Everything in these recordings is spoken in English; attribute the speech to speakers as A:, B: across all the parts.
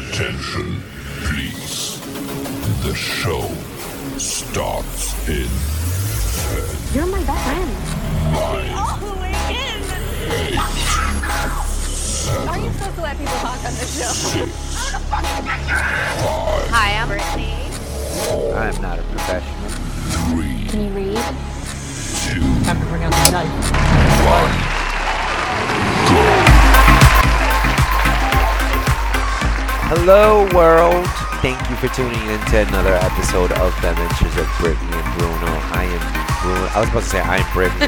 A: Attention, please. The show starts in
B: You're my best friend.
C: all the way in. Are you supposed to let people talk on this show? Hi, I'm Brittany.
D: I'm not a professional.
A: three,
B: Can you read?
A: two,
E: Time to bring out the knife.
D: Hello, world. Thank you for tuning in to another episode of The Adventures of Brittany and Bruno. I am Bruno. I was about to say I am Brittany.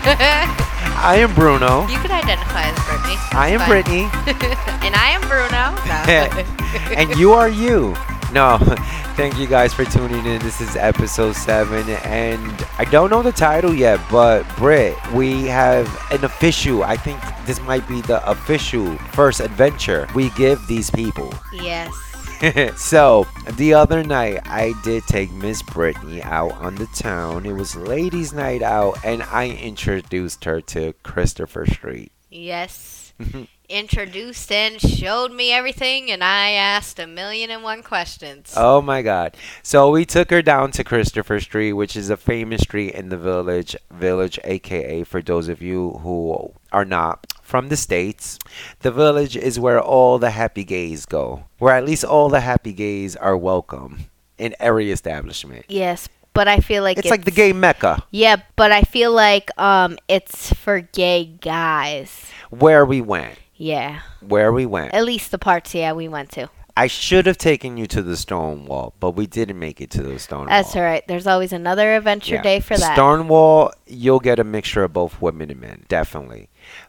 D: I am Bruno.
C: you can identify as Brittany.
D: I am
C: Fine.
D: Brittany,
C: and I am Bruno. No.
D: and you are you. No, thank you guys for tuning in. This is episode seven, and I don't know the title yet, but Britt, we have an official. I think this might be the official first adventure we give these people.
C: yes.
D: so the other night I did take Miss Brittany out on the town. It was ladies' night out, and I introduced her to Christopher Street.
C: Yes.
D: Mm-hmm.
C: Introduced and showed me everything, and I asked a million and one questions.
D: Oh my God! So we took her down to Christopher Street, which is a famous street in the village, village, aka for those of you who are not from the states, the village is where all the happy gays go, where at least all the happy gays are welcome in every establishment.
C: Yes, but I feel like
D: It's like the gay mecca.
C: Yeah, but I feel like um, it's for gay guys.
D: Where we went,
C: Yeah,
D: where we went.
C: at least the parts yeah we went to.
D: I should have taken you to the stone wall, but we didn't make it to the stone
C: That's all
D: wall.
C: right. There's always another adventure
D: Oh, Yeah.
C: day for that.
D: Stone wall, you'll get a mixture of both women and men, definitely.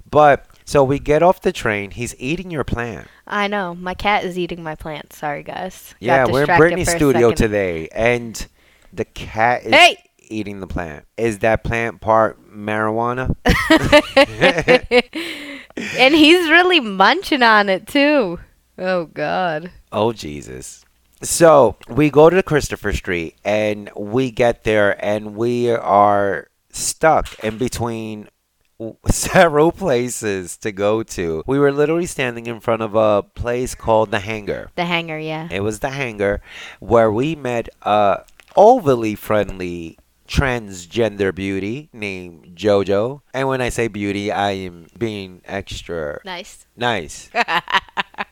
D: But so we get off the train. He's eating your plant.
C: I know. My cat is eating my plants. Sorry, guys. Got
D: Yeah, we're in
C: distracted
D: Brittany's
C: for a
D: studio
C: second.
D: today, and the cat is
C: Hey!
D: eating the plant. Is that plant part marijuana?
C: and he's really munching on it, too. Oh, God.
D: Oh Jesus. So we go to Christopher Street and we get there and we are stuck in between w- several places to go to. We were literally standing in front of a place called The Hangar.
C: The hanger, yeah.
D: It was The Hangar where we met a overly friendly transgender beauty named JoJo. And when I say beauty, I am being extra
C: Nice.
D: Nice.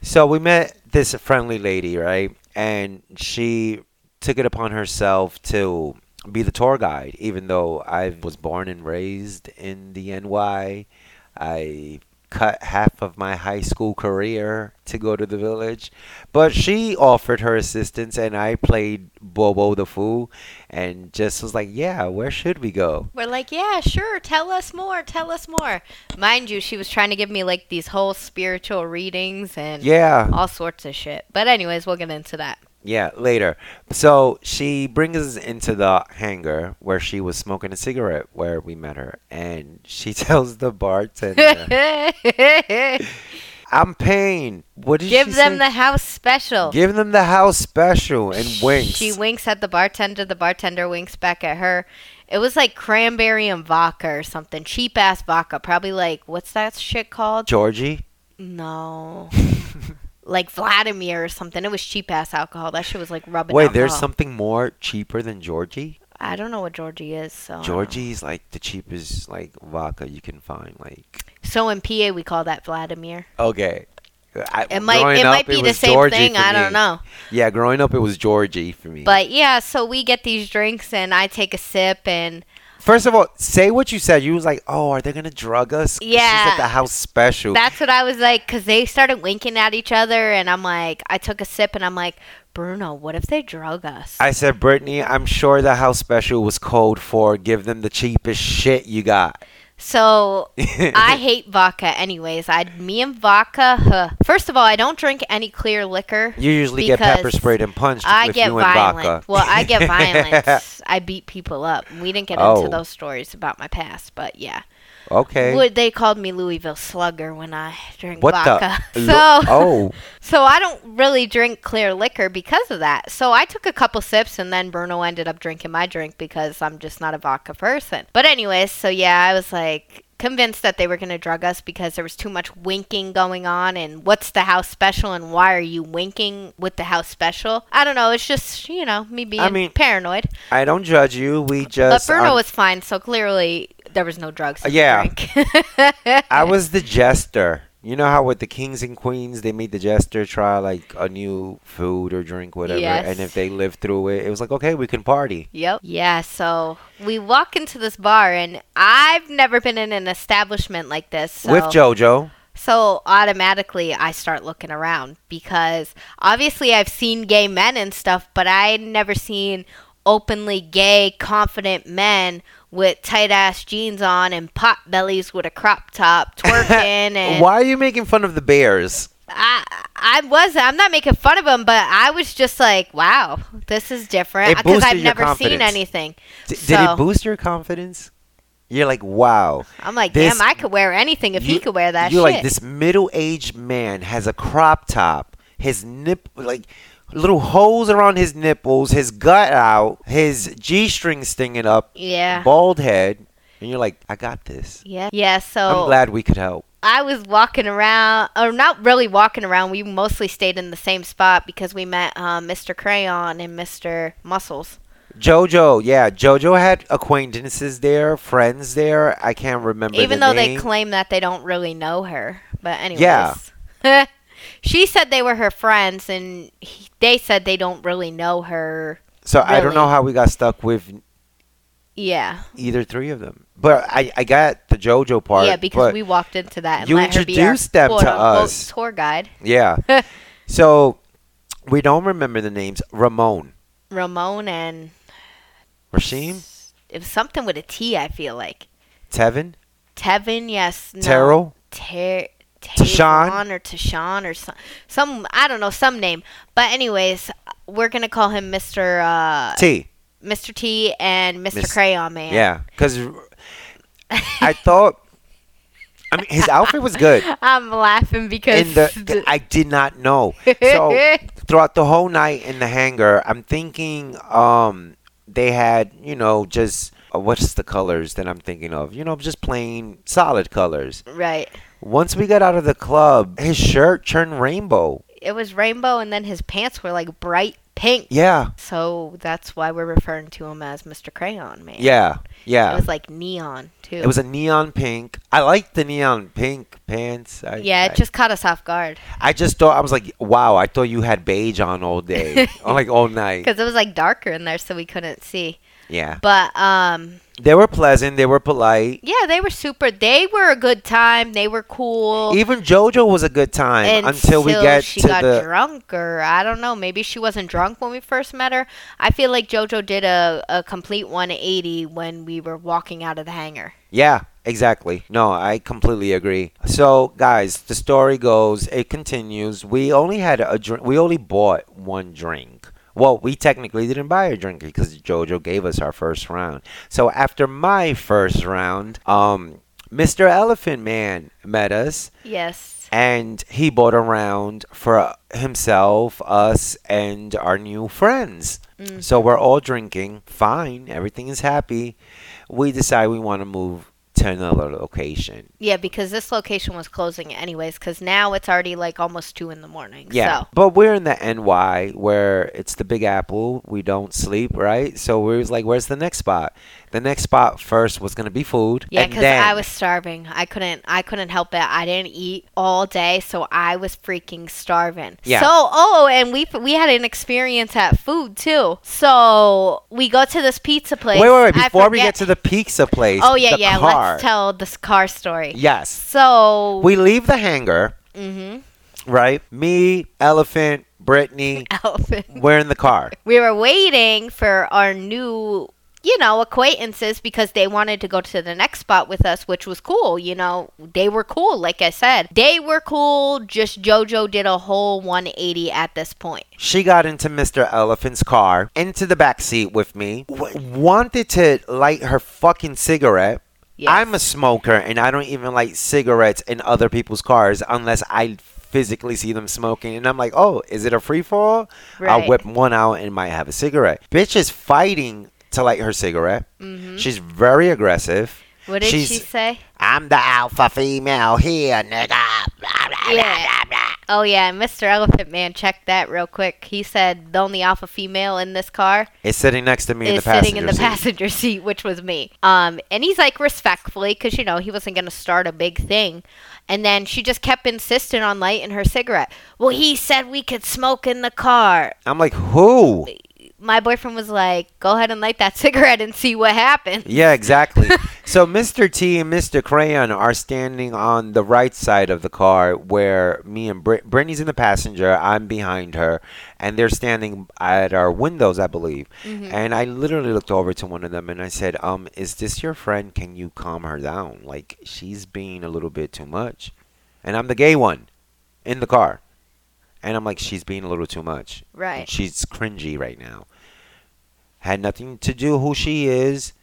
D: so we met this friendly lady, right? And she took it upon herself to be the tour guide, even though I was born and raised in the NY. I cut half of my high school career to go to the village. But she offered her assistance, and I played Bobo the Fool and just was like, yeah, where should we go?
C: We're like, yeah, sure. Tell us more. Tell us more. Mind you, she was trying to give me, like, these whole spiritual readings and
D: Yeah.
C: all sorts of shit. But, anyways, we'll get into that.
D: Yeah, later. So she brings us into the hangar where she was smoking a cigarette where we met her, and she tells the bartender, "I'm paying." What did
C: Give
D: she
C: them
D: say?
C: the house special.
D: Give them the house special and winks.
C: She winks at the bartender. The bartender winks back at her. It was like cranberry and vodka or something. Cheap ass vodka. Probably like, what's that shit called?
D: Georgie.
C: No. like Vladimir or something. It was cheap ass alcohol. That shit was like rubbing
D: Wait, there's
C: alcohol.
D: something more cheaper than Georgie.
C: I don't know what Georgie is. So.
D: Georgie's like the cheapest like vodka you can find. Like
C: So in PA, we call that Vladimir.
D: okay. I,
C: It might,
D: growing
C: it
D: up,
C: might be the
D: was
C: same
D: Georgie
C: thing.
D: for
C: I don't
D: me.
C: know.
D: Yeah, growing up it was Georgie for me.
C: But yeah, so we get these drinks and I take a sip and
D: First of all, say what you said. You was like, "Oh, are they gonna drug us?" she's
C: Yeah.
D: at the house special.
C: That's what I was like, because they started winking at each other, and I'm like, I took a sip, and I'm like, Bruno, what if they drug us?
D: I said, Brittany, I'm sure the house special was code for give them the cheapest shit you got.
C: so I hate vodka, anyways. I, me and vodka. Huh. First of all, I don't drink any clear liquor.
D: You usually get pepper
C: Because
D: sprayed and punched.
C: I
D: if
C: get
D: you and
C: violent.
D: Vodka.
C: Well, I get violent. I beat people up. We didn't get
D: Oh.
C: into those stories about my past, but yeah.
D: Okay.
C: Would they called me Louisville Slugger when I drink
D: what
C: vodka?
D: the?
C: So
D: oh,
C: so I don't really drink clear liquor because of that. So I took a couple sips and then Bruno ended up drinking my drink because I'm just not a vodka person. But anyways, so yeah, I was like convinced that they were going to drug us because there was too much winking going on and what's the house special and why are you winking with the house special? I don't know, it's just, you know, me being
D: mean,
C: paranoid.
D: I don't judge you. We
C: But
D: just.
C: Bruno
D: um,
C: was fine, so clearly there was no drugs. In
D: Yeah.
C: The drink.
D: I was the jester. You know how with the kings and queens, they made the jester try like a new food or drink, whatever.
C: Yes.
D: And if they lived through it, it was like, okay, we can party.
C: Yep. Yeah, so we walk into this bar and I've never been in an establishment like this. So,
D: With JoJo.
C: So automatically I start looking around because obviously I've seen gay men and stuff, but I had never seen openly gay, confident men with tight ass jeans on and pot bellies with a crop top twerking and
D: Why are you making fun of the bears?
C: I I was I'm not making fun of him, but I was just like, wow, this is different
D: It
C: because
D: boosted
C: I've
D: your
C: never seen
D: confidence.
C: anything.
D: D- Did
C: So-
D: it boost your confidence? You're like, wow.
C: I'm like,
D: This-
C: damn, I could wear anything if he
D: You-
C: could wear that
D: You're
C: shit.
D: like this middle-aged man has a crop top, his nip like little holes around his nipples, his gut out, his g-string stinging up,
C: yeah.
D: bald head, and you're like, I got this.
C: Yeah. Yeah,
D: I'm
C: so
D: glad we could help.
C: I was walking around, or not really walking around. We mostly stayed in the same spot because we met um, Mr. Crayon and Mr. Muscles.
D: Jojo, yeah, Jojo had acquaintances there, friends there. I can't remember.
C: Even
D: the
C: though they
D: name.
C: claim that they don't really know her. But, anyways.
D: Yeah.
C: she said they were her friends, and he, they said they don't really know her.
D: so I don't
C: really-
D: know how we got stuck with
C: Yeah.
D: either three of them, but I, I got the Jojo part.
C: yeah, because
D: but-
C: we walked into that and
D: you
C: let her be our
D: introduced them to
C: quote-unquote
D: us.
C: tour guide.
D: Yeah. so we don't remember the names. Ramon,
C: Ramon and
D: Rasheem,
C: it was something with a T. I feel like
D: Tevin,
C: Tevin. Yes, no.
D: Terrell.
C: Ter-
D: Tashawn?
C: Tavon or Tashawn or some, some I don't know some name. But anyways, we're gonna call him Mister uh,
D: T.
C: Mister T and Mister
D: Miss-
C: Crayon Man.
D: Yeah. Because I thought, I mean, his outfit was good.
C: I'm laughing because
D: In the, I did not know. So throughout the whole night in the hangar, I'm thinking um, they had, you know, just uh, what's the colors that I'm thinking of? You know, just plain solid colors.
C: right,
D: Once we got out of the club, his shirt turned rainbow.
C: it was rainbow, and then his pants were like bright pink.
D: Yeah.
C: So that's why we're referring to him as Mister Crayon Man.
D: Yeah. Yeah.
C: it was like neon too.
D: It was a neon pink. I like the neon pink pants. I,
C: yeah, it
D: I-
C: just caught us off guard
D: I just thought I was like, wow. I thought you had beige on all day, or like all night.
C: because it was like darker in there, so we couldn't see.
D: Yeah,
C: But um,
D: they were pleasant. They were polite.
C: yeah, they were super. They were a good time. They were cool.
D: Even JoJo was a good time until we get
C: she
D: to
C: got
D: the.
C: drunk, or I don't know, maybe she wasn't drunk when we first met her. I feel like JoJo did a, a complete 180 when we were walking out of the hangar.
D: Yeah, exactly. No, I completely agree. So, guys, the story goes, it continues. We only had a drink. We only bought one drink. Well, we technically didn't buy a drink because JoJo gave us our first round. So after my first round, um, Mr. Elephant Man met us
C: Yes.
D: and he bought a round for himself, us, and our new friends.
C: Mm.
D: So we're all drinking, fine, everything is happy. We decide we want to move to another location.
C: Yeah, because this location was closing anyways, because now it's already like almost 2 in the morning.
D: Yeah.
C: So.
D: But we're in the NY where it's the Big Apple. We don't sleep, right? So we was like, where's the next spot? The next spot first was going to be food.
C: Yeah,
D: and
C: because
D: then-
C: I was starving. I couldn't. I couldn't help it. I didn't eat all day, so I was freaking starving.
D: Yeah.
C: So oh, and we we had an experience at food too. So we go to this pizza place.
D: Wait, wait, wait.
C: I
D: Before we
C: forget-
D: get to the pizza place.
C: oh yeah,
D: the
C: yeah.
D: car.
C: Let's tell this car story.
D: Yes.
C: So
D: We leave the hangar.
C: Mhm.
D: right? Me, Elephant, Brittany,
C: Elephant.
D: we're in the car.
C: we were waiting for our new. You know, acquaintances because they wanted to go to the next spot with us, which was cool. You know, they were cool, like I said. They were cool, just JoJo did a whole 180 at this point.
D: She got into Mr. Elephant's car, into the back seat with me, w- wanted to light her fucking cigarette.
C: Yes.
D: I'm a smoker and I don't even like cigarettes in other people's cars unless I physically see them smoking and I'm like, oh, is it a free fall?
C: Right.
D: I'll whip one out and might have a cigarette. Bitch is fighting to light her cigarette. She's very aggressive.
C: Mm-hmm. What did
D: She's,
C: she say?
D: I'm the alpha female here, nigga. Blah, blah,
C: Yeah.
D: blah, blah.
C: Oh yeah, Mr. Elephant Man checked that real quick. He said the only alpha female in this car
D: It's sitting next to me in the
C: is
D: passenger
C: sitting in the
D: seat.
C: passenger seat, which was me. Um, and he's like respectfully, because you know he wasn't gonna start a big thing. And then she just kept insisting on lighting her cigarette. Well, he said we could smoke in the car.
D: I'm like, who?
C: My boyfriend was like, "Go ahead and light that cigarette and see what happens."
D: Yeah, exactly. so Mr. T and Mr. Crayon are standing on the right side of the car where me and Brit- Brittany's in the passenger, I'm behind her, and they're standing at our windows, I believe. And I literally looked over to one of them and I said, "Um, is this your friend? Can you calm her down? Like she's being a little bit too much." And I'm the gay one in the car. And I'm like, "She's being a little too much."
C: Right.
D: She's cringy right now. Had nothing to do who she is.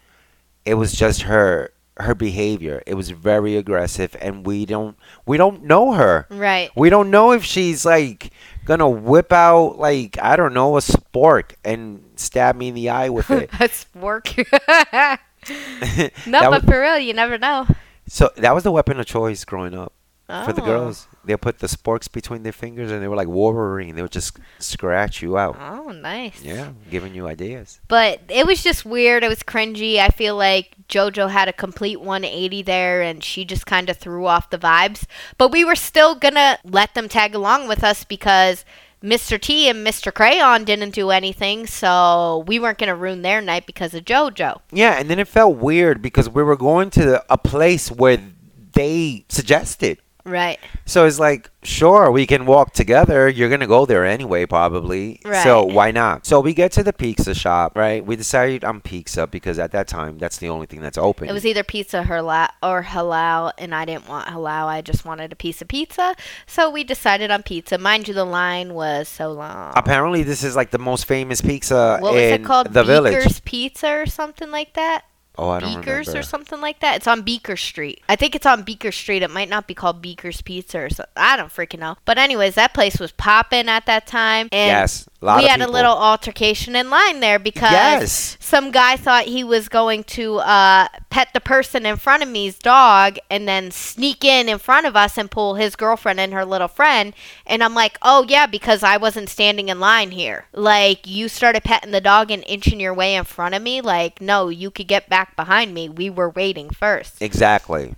D: It was just her her behavior. It was very aggressive and we don't we don't know her.
C: Right.
D: We don't know if she's like gonna whip out like I don't know a spork and stab me in the eye with it.
C: That's work.
D: That
C: no,
D: was-
C: but for real, you never know.
D: so that was the weapon of choice growing up for the
C: Oh.
D: girls. They put the sporks between their fingers and they were like Wolverine. They would just scratch you out.
C: Oh, nice.
D: Yeah, giving you ideas.
C: But it was just weird. It was cringy. I feel like JoJo had a complete 180 there and she just kind of threw off the vibes. But we were still going to let them tag along with us because Mr. T and Mr. Crayon didn't do anything. So we weren't going to ruin their night because of JoJo.
D: Yeah, and then it felt weird because we were going to a place where they suggested.
C: Right.
D: So it's like, sure, we can walk together. You're gonna go there anyway, probably. So
C: Right.
D: why not? So we get to the pizza shop, right? We decided on pizza because at that time that's the only thing that's open.
C: It was either pizza halal or halal, and I didn't want halal. I just wanted a piece of pizza. So we decided on pizza. Mind you, the line was so long.
D: Apparently, this is like the most famous pizza
C: what was
D: in
C: it called?
D: the
C: Beaker's
D: village.
C: Pizza or something like that?
D: Oh, I don't
C: Beakers
D: remember.
C: or something like that. It's on Beaker Street. I think it's on Beaker Street. It might not be called Beaker's Pizza or something. I don't freaking know. But anyways, that place was popping at that time. And
D: Yes, a lot
C: we
D: of
C: had a
D: people.
C: little altercation in line there because
D: Yes.
C: some guy thought he was going to uh, pet the person in front of me's dog and then sneak in in front of us and pull his girlfriend and her little friend. And I'm like, oh, yeah, because I wasn't standing in line here. Like, you started petting the dog and inching your way in front of me. Like, no, you could get back behind me. We were waiting first.
D: Exactly.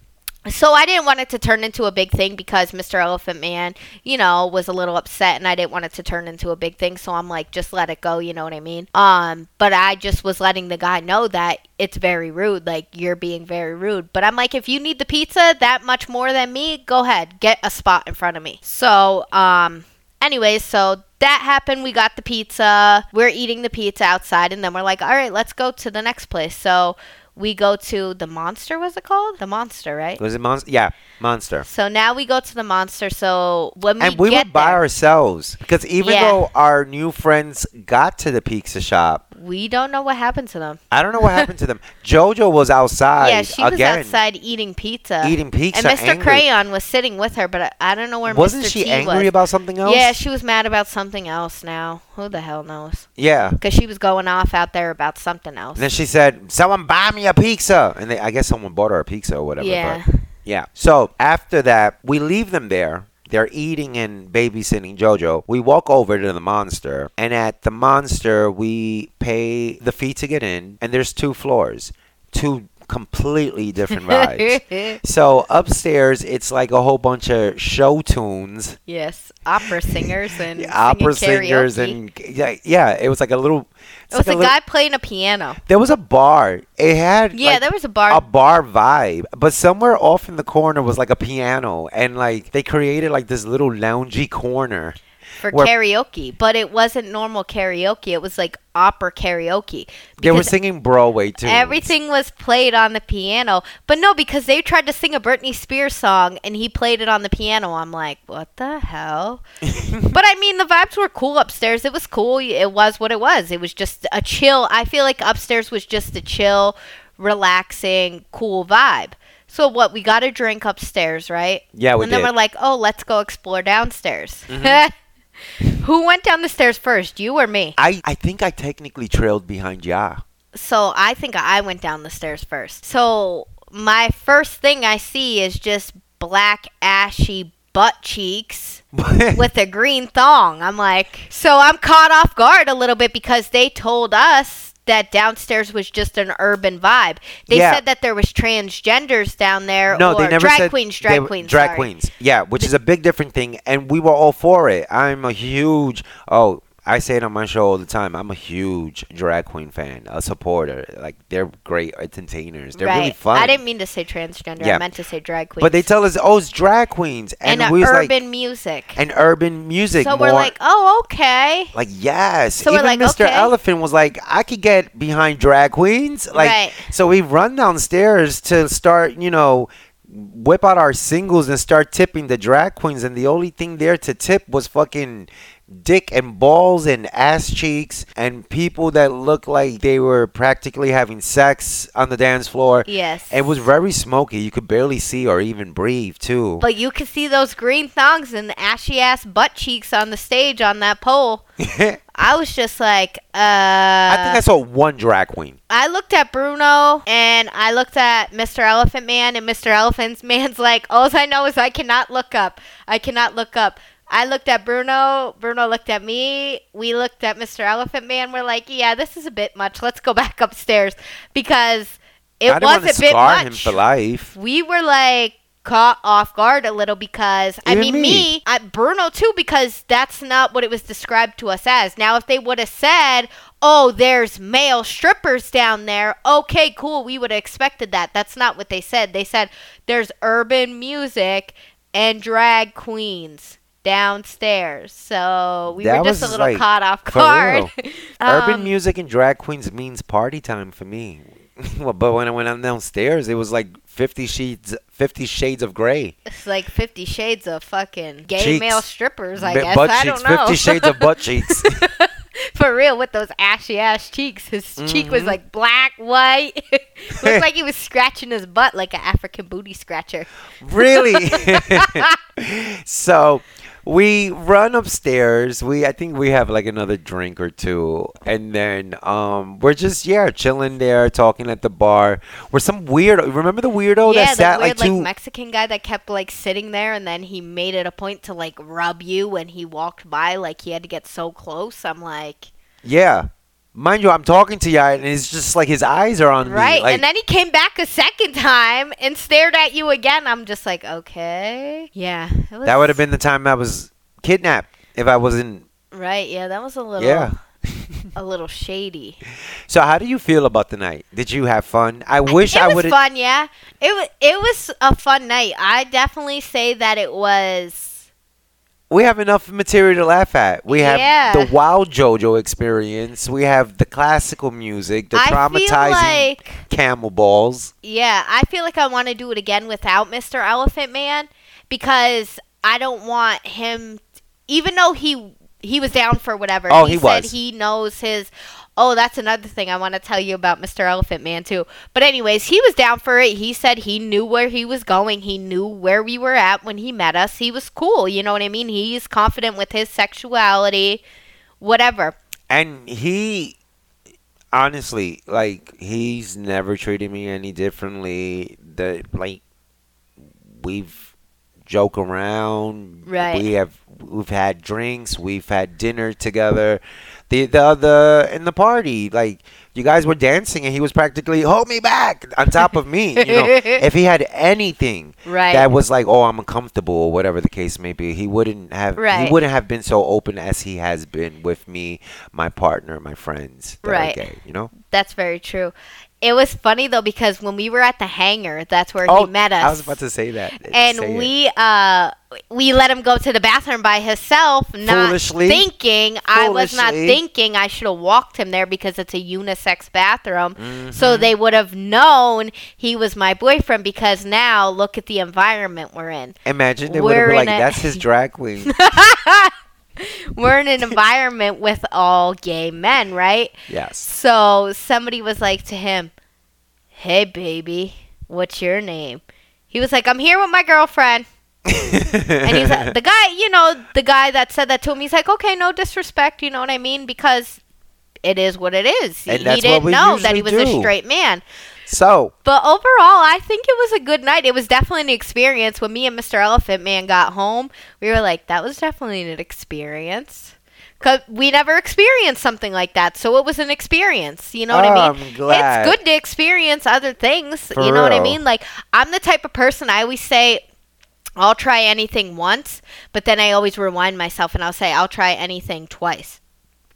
C: So I didn't want it to turn into a big thing because Mr. Elephant Man, you know, was a little upset and I didn't want it to turn into a big thing. So I'm like, just let it go, you know what I mean? Um, but I just was letting the guy know that it's very rude, like you're being very rude. But I'm like, if you need the pizza that much more than me, go ahead, get a spot in front of me. So, um, anyways, so that happened. We got the pizza. We're eating the pizza outside, and then we're like, all right, let's go to the next place. So we go to the monster. Was it called the monster? Right.
D: Was it monster? Yeah, monster.
C: So now we go to the monster. So when we
D: and we were
C: Mm, get
D: by
C: there,
D: ourselves because even
C: Yeah.
D: though our new friends got to the pizza shop,
C: we don't know what happened to them.
D: I don't know what happened to them. JoJo was outside
C: yeah, she
D: again,
C: was outside eating pizza.
D: eating pizza.
C: and Mr.
D: angry.
C: Crayon was sitting with her, but I, I don't know where
D: wasn't
C: Mr.
D: she
C: T
D: angry
C: was.
D: about something else?
C: Yeah, she was mad about something else. Now who the hell knows?
D: yeah.
C: Because she was going off out there about something else.
D: And then she said, "Someone buy me a pizza," and they, I guess someone bought her a pizza or whatever.
C: yeah.
D: But yeah. So after that, we leave them there. They're eating and babysitting JoJo. We walk over to the monster, and at the monster, we pay the fee to get in. And there's two floors, two completely different rides. So upstairs, it's like a whole bunch of show tunes
C: yes, opera singers and
D: Yeah, opera
C: singing
D: singers
C: karaoke.
D: and yeah, yeah, it was like a little. it's
C: It was
D: like
C: a
D: little-
C: guy playing a piano.
D: There was a bar. It had
C: Yeah,
D: like,
C: there was a bar.
D: a bar vibe, but somewhere off in the corner was like a piano, and like they created like this little loungy corner.
C: for
D: where-
C: karaoke, but it wasn't normal karaoke. It was like opera karaoke.
D: They were
C: Because
D: singing Broadway too.
C: Everything was played on the piano, but no, because they tried to sing a Britney Spears song and he played it on the piano. I'm like, what the hell? but I mean, the vibes were cool upstairs. It was cool. It was what it was. It was just a chill. I feel like upstairs was just a chill relaxing, cool vibe. So what? We got a drink upstairs, right?
D: Yeah, we
C: And then
D: did. Mm-hmm.
C: we're like, oh, let's go explore downstairs. Who went down the stairs first, you or me?
D: I, I think I technically trailed behind Ya.
C: So I think I went down the stairs first. So my first thing I see is just black ashy butt cheeks with a green thong. I'm like, so I'm caught off guard a little bit because they told us that downstairs was just an urban vibe. They
D: Yeah.
C: said that there was transgenders down there
D: no,
C: or
D: they never
C: drag
D: said
C: queens,
D: they
C: drag
D: were-
C: queens,
D: drag
C: sorry.
D: queens. Yeah, which is a big different thing, and we were all for it. I'm a huge oh. I say it on my show all the time. I'm a huge drag queen fan, a supporter. Like they're great entertainers. They're
C: right.
D: really fun.
C: I didn't mean to say transgender.
D: Yeah.
C: I meant to say drag queens.
D: but they tell us, oh, it's drag queens,
C: and,
D: and, we was
C: urban
D: like,
C: music.
D: and urban music.
C: so
D: more,
C: we're like, oh, okay.
D: Like yes,
C: So we're like,
D: even Mr.
C: okay.
D: Elephant was like, I could get behind drag queens. Like,
C: Right.
D: so we run downstairs to start, you know, whip out our singles and start tipping the drag queens. And the only thing there to tip was fucking dick and balls and ass cheeks and people that looked like they were practically having sex on the dance floor.
C: Yes.
D: It was very smoky. You could barely see or even breathe too.
C: But you could see those green thongs and the ashy ass butt cheeks on the stage on that pole. I was just like, uh.
D: I think I saw one drag queen.
C: I looked at Bruno and I looked at Mr. Elephant Man, and Mr. Elephant Man's like, all I know is I cannot look up. I cannot look up. I looked at Bruno. Bruno looked at me. We looked at Mr. Elephant Man. We're like, yeah, this is a bit much. Let's go back upstairs because it
D: I didn't
C: was
D: want to
C: a bit
D: scar him
C: much.
D: for life.
C: we were like caught off guard a little because I
D: Even
C: mean me,
D: me.
C: I, Bruno too because that's not what it was described to us as. Now if they would have said, "Oh, there's male strippers down there," okay, cool, we would have expected that. That's not what they said. They said there's urban music and drag queens downstairs. So we
D: That
C: were just a
D: was,
C: little
D: like,
C: caught off
D: for
C: guard.
D: Urban
C: Um,
D: music and drag queens means party time for me. well, but when I went on downstairs, it was like Fifty Shades, Fifty Shades of Grey.
C: It's like Fifty Shades of fucking gay
D: Cheeks.
C: male strippers, I
D: B-
C: guess.
D: butt
C: I
D: cheeks,
C: don't know.
D: Fifty Shades of butt cheeks.
C: For real, with those ashy ass cheeks. His cheek was
D: Mhm.
C: like black, white. Looked like he was scratching his butt like an African booty scratcher.
D: really? so we run upstairs. We I think we have like another drink or two, and then um we're just yeah chilling there, talking at the bar. We're some weirdo. Remember the weirdo
C: yeah,
D: that sat
C: the weird
D: like
C: like,
D: two
C: Mexican guy that kept like sitting there, and then he made it a point to like rub you when he walked by, like he had to get so close. I'm like,
D: Yeah. Mind you, I'm talking to you, and it's just like his eyes are on
C: right.
D: me. Like,
C: and then he came back a second time and stared at you again. I'm just like, okay, yeah, it was-
D: that would have been the time I was kidnapped if I wasn't.
C: right. Yeah, that was a little,
D: Yeah.
C: a little shady.
D: So how do you feel about the night? Did you have fun? I wish
C: it
D: I
C: was
D: would have.
C: fun. Yeah, it was. It was a fun night. I definitely say that it was.
D: We have enough material to laugh at. We have
C: Yeah.
D: the wild JoJo experience. We have the classical music, the
C: I feel
D: traumatizing
C: like.
D: camel balls.
C: Yeah, I feel like I want to do it again without Mr. Elephant Man because I don't want him. Even though he he was down for whatever.
D: Oh, he
C: said
D: was.
C: He knows his. Oh, that's another thing I want to tell you about Mr. Elephant Man too. But anyways, he was down for it. He said he knew where he was going. He knew where we were at when he met us. He was cool. You know what I mean? He's confident with his sexuality, whatever.
D: And he, honestly, like he's never treated me any differently. The like we've joke around.
C: Right.
D: We have we've had drinks. We've had dinner together. The the other in the party, like you guys were dancing, and he was practically hold me back on top of me. You know, if he had anything
C: Right.
D: that was like, oh, I'm uncomfortable, or whatever the case may be, he wouldn't have
C: Right.
D: he wouldn't have been so open as he has been with me, my partner, my friends. That
C: Right.
D: Are gay, you know.
C: That's very true. It was funny though because when we were at the hangar, that's where he met us.
D: Oh, I was about to say that. Say
C: and
D: it.
C: we uh we let him go to the bathroom by himself, not
D: Foolishly.
C: thinking. I was not
D: Foolishly.
C: thinking I should have walked him there because it's a unisex bathroom.
D: Mm-hmm.
C: So they would have known he was my boyfriend because now look at the environment we're in.
D: imagine they would have
C: we're
D: been
C: in
D: like,
C: a-
D: "That's his drag queen."
C: We're in an environment with all gay men, right?
D: yes.
C: So somebody was like to him, hey, baby, what's your name? He was like, I'm here with my girlfriend. and he's like, the guy, you know, the guy that said that to him, he's like, okay, no disrespect, you know what I mean? Because it is what it is.
D: And
C: he
D: that's what
C: didn't
D: we
C: know that he was
D: usually
C: a
D: do.
C: straight man.
D: So
C: But overall, I think it was a good night. It was definitely an experience. When me and Mr. Elephant Man got home, we were like, that was definitely an experience. Cause we never experienced something like that, so it was an experience. You know what I
D: Oh,
C: mean?
D: I'm glad.
C: It's good to experience other things.
D: For
C: you know what I
D: real.
C: mean? Like I'm the type of person I always say, I'll try anything once, but then I always rewind myself and I'll say I'll try anything twice.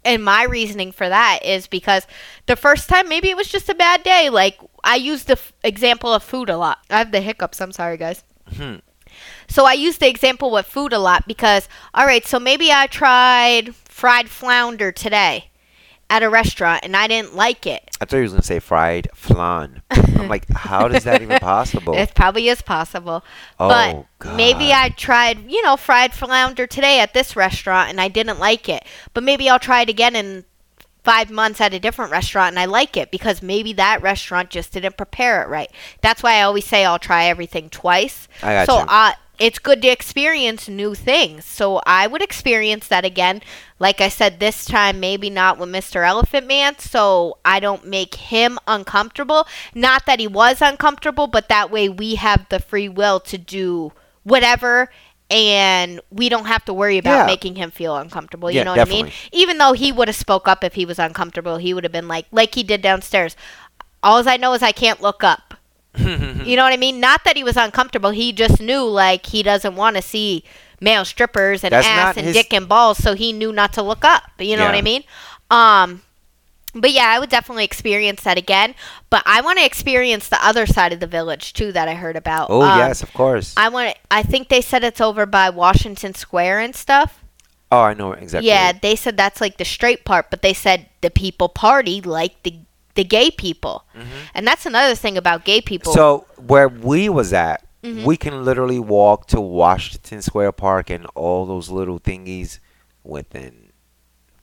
C: And my reasoning for that is because the first time maybe it was just a bad day. Like I use the f- example of food a lot. I have the hiccups. I'm sorry, guys.
D: Hmm.
C: So I use the example with food a lot because all right, so maybe I tried fried flounder today at a restaurant and I didn't like it.
D: I thought he was gonna say fried flan. I'm like, how is that even possible?
C: It probably is possible.
D: oh,
C: but
D: God.
C: Maybe I tried, you know, fried flounder today at this restaurant and I didn't like it. But maybe I'll try it again in five months at a different restaurant and I like it because maybe that restaurant just didn't prepare it right. That's why I always say I'll try everything twice.
D: I got
C: so
D: you.
C: I, uh, it's good to experience new things. So I would experience that again. Like I said, this time maybe not with Mr. Elephant Man, so I don't make him uncomfortable. Not that he was uncomfortable, but that way we have the free will to do whatever and we don't have to worry about
D: Yeah.
C: making him feel uncomfortable.
D: Yeah,
C: you know what I mean?
D: definitely.
C: Even though he would have spoke up if he was uncomfortable, he would have been like like he did downstairs. All I know is I can't look up. You know what I mean? Not that he was uncomfortable. He just knew like he doesn't want to see male strippers and
D: That's
C: ass
D: not
C: and
D: his-
C: dick and balls, so he knew not to look up. You know what I
D: Yeah.
C: mean? Um but yeah, I would definitely experience that again. But I want to experience the other side of the village too that I heard about.
D: oh
C: Um,
D: yes, of course.
C: I want. I think they said it's over by Washington Square and stuff.
D: oh, I know exactly.
C: Yeah, they said that's like the straight part, but they said the people party like the the gay people, and that's another thing about gay people.
D: Mm-hmm. So where we was at,
C: Mm-hmm.
D: we can literally walk to Washington Square Park and all those little thingies within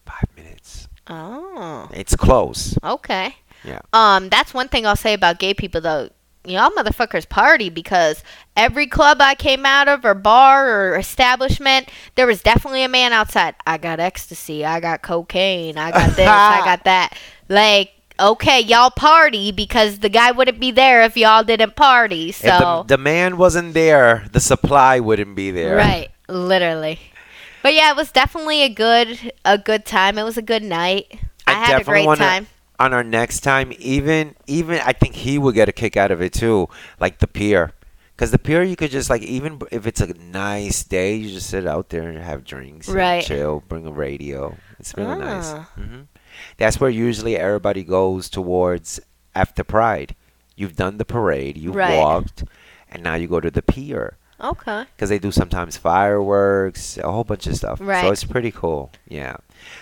D: five minutes.
C: oh,
D: It's close.
C: okay.
D: Yeah.
C: Um, that's one thing I'll say about gay people though. Y'all motherfuckers party because every club I came out of or bar or establishment, there was definitely a man outside. I got ecstasy, I got cocaine, I got this, I got that. Like, okay, y'all party because the guy wouldn't be there if y'all didn't party. So
D: If the demand wasn't there, the supply wouldn't be there.
C: Right, literally. But yeah, it was definitely a good a good time. It was a good night. I,
D: I
C: had a
D: definitely
C: great
D: wanna-
C: time.
D: On our next time, even even I think he would get a kick out of it too, like the pier, because the pier you could just like even b- if it's a nice day, you just sit out there and have drinks, and
C: Right.
D: chill, bring a radio. It's really nice.
C: Ah.
D: hmm That's where usually everybody goes towards after Pride. You've done the parade, you've
C: Right.
D: walked, and now you go to the pier
C: Okay.
D: because they do sometimes fireworks, a whole bunch of stuff.
C: Right.
D: So it's pretty cool. Yeah.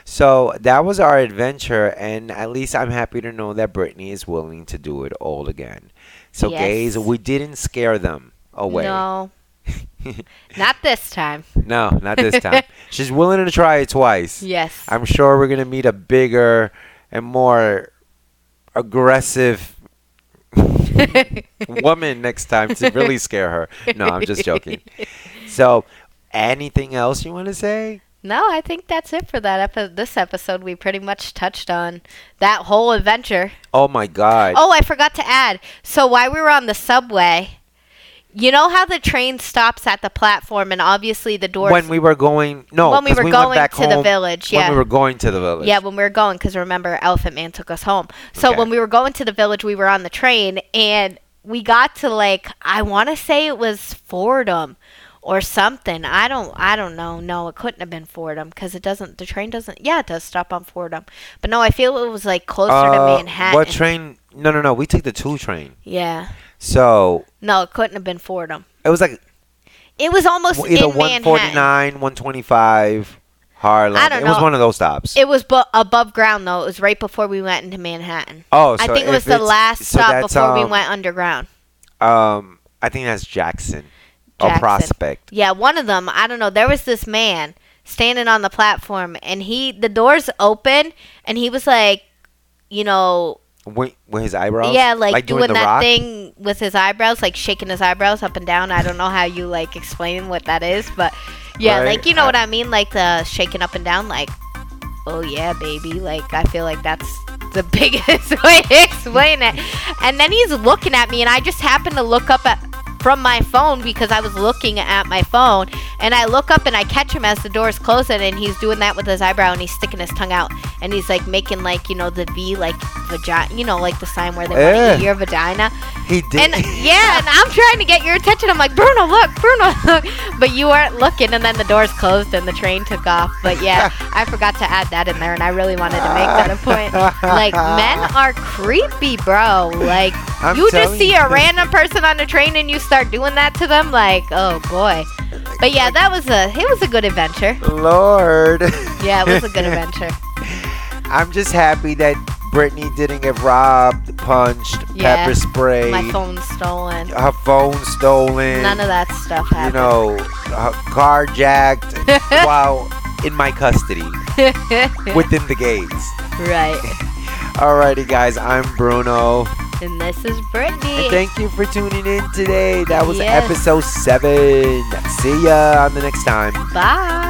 D: So that was our adventure, and at least I'm happy to know that Brittany is willing to do it all again. So
C: Yes.
D: gays, we didn't scare them away.
C: No. Not this time.
D: No, not this time. She's willing to try it twice.
C: Yes.
D: I'm sure we're gonna meet a bigger and more aggressive woman next time to really scare her. No, I'm just joking. So, anything else you want to say?
C: no, I think that's it for that epi- this episode. We pretty much touched on that whole adventure.
D: Oh my God!
C: Oh, I forgot to add. So while we were on the subway, you know how the train stops at the platform and obviously the doors
D: when we were going, no,
C: When we
D: 'cause
C: were
D: went
C: going
D: back
C: to the
D: home
C: village, yeah.
D: when we were going to the village,
C: Yeah, when we were going, because remember, Elephant Man took us home. So
D: Okay.
C: when we were going to the village, we were on the train, and we got to like I want to say it was Fordham or something. I don't, I don't know. No, it couldn't have been Fordham because it doesn't. The train doesn't. Yeah, it does stop on Fordham, but no, I feel it was like closer
D: Uh,
C: to Manhattan.
D: What train? No, no, no. We took the two train,
C: Yeah,
D: so
C: no, it couldn't have been Fordham.
D: it was like
C: It was almost
D: w- either
C: in Manhattan.
D: 149, 125, Harlem.
C: I don't
D: it was
C: know.
D: one of those stops.
C: It was bu- above ground though. It was right before we went into Manhattan.
D: oh, so
C: I think it
D: if
C: was the
D: it's-
C: last
D: so
C: stop
D: that's,
C: before we
D: um,
C: went underground.
D: Um, I think that's Jackson,
C: Jackson.
D: or Prospect.
C: Yeah, one of them, I don't know, there was this man standing on the platform and he the doors open and he was like, you know,
D: With, with his eyebrows?
C: Yeah, like, doing,
D: the
C: that
D: rock?
C: thing with his eyebrows, like shaking his eyebrows up and down. I don't know how you like explain what that is, but yeah,
D: Right,
C: like you know
D: I-
C: what I mean, like the shaking up and down, like oh yeah, baby. Like I feel like that's the biggest way to explain it. And then he's looking at me, and I just happened to look up at from my phone because I was looking at my phone, and I look up and I catch him as the door's closing, and he's doing that with his eyebrow, and he's sticking his tongue out, and he's like making like you know the V like vagina, you know like the sign where they want
D: Yeah.
C: to eat your vagina.
D: He did.
C: And yeah, and I'm trying to get your attention. I'm like, Bruno, look, Bruno, look. But you weren't looking, and then the doors closed and the train took off. But yeah, I forgot to add that in there, and I really wanted to make that a point. Like, men are creepy, bro. Like,
D: I'm
C: you just
D: telling
C: see
D: you.
C: a random person on the train and you start doing that to them. Like, oh boy. But yeah, that was a it was a good adventure.
D: Lord.
C: Yeah, it was a good adventure.
D: I'm just happy that Brittany didn't get robbed, punched,
C: Yeah.
D: pepper sprayed,
C: My phone stolen.
D: her phone stolen.
C: None of that stuff
D: you
C: happened.
D: know, uh, carjacked while in my custody within the gates.
C: right.
D: Alrighty, guys, I'm Bruno.
C: And this is
D: And
C: Brittany.
D: thank you for tuning in today. That was
C: Yeah.
D: episode seven. See ya on the next time.
C: Bye.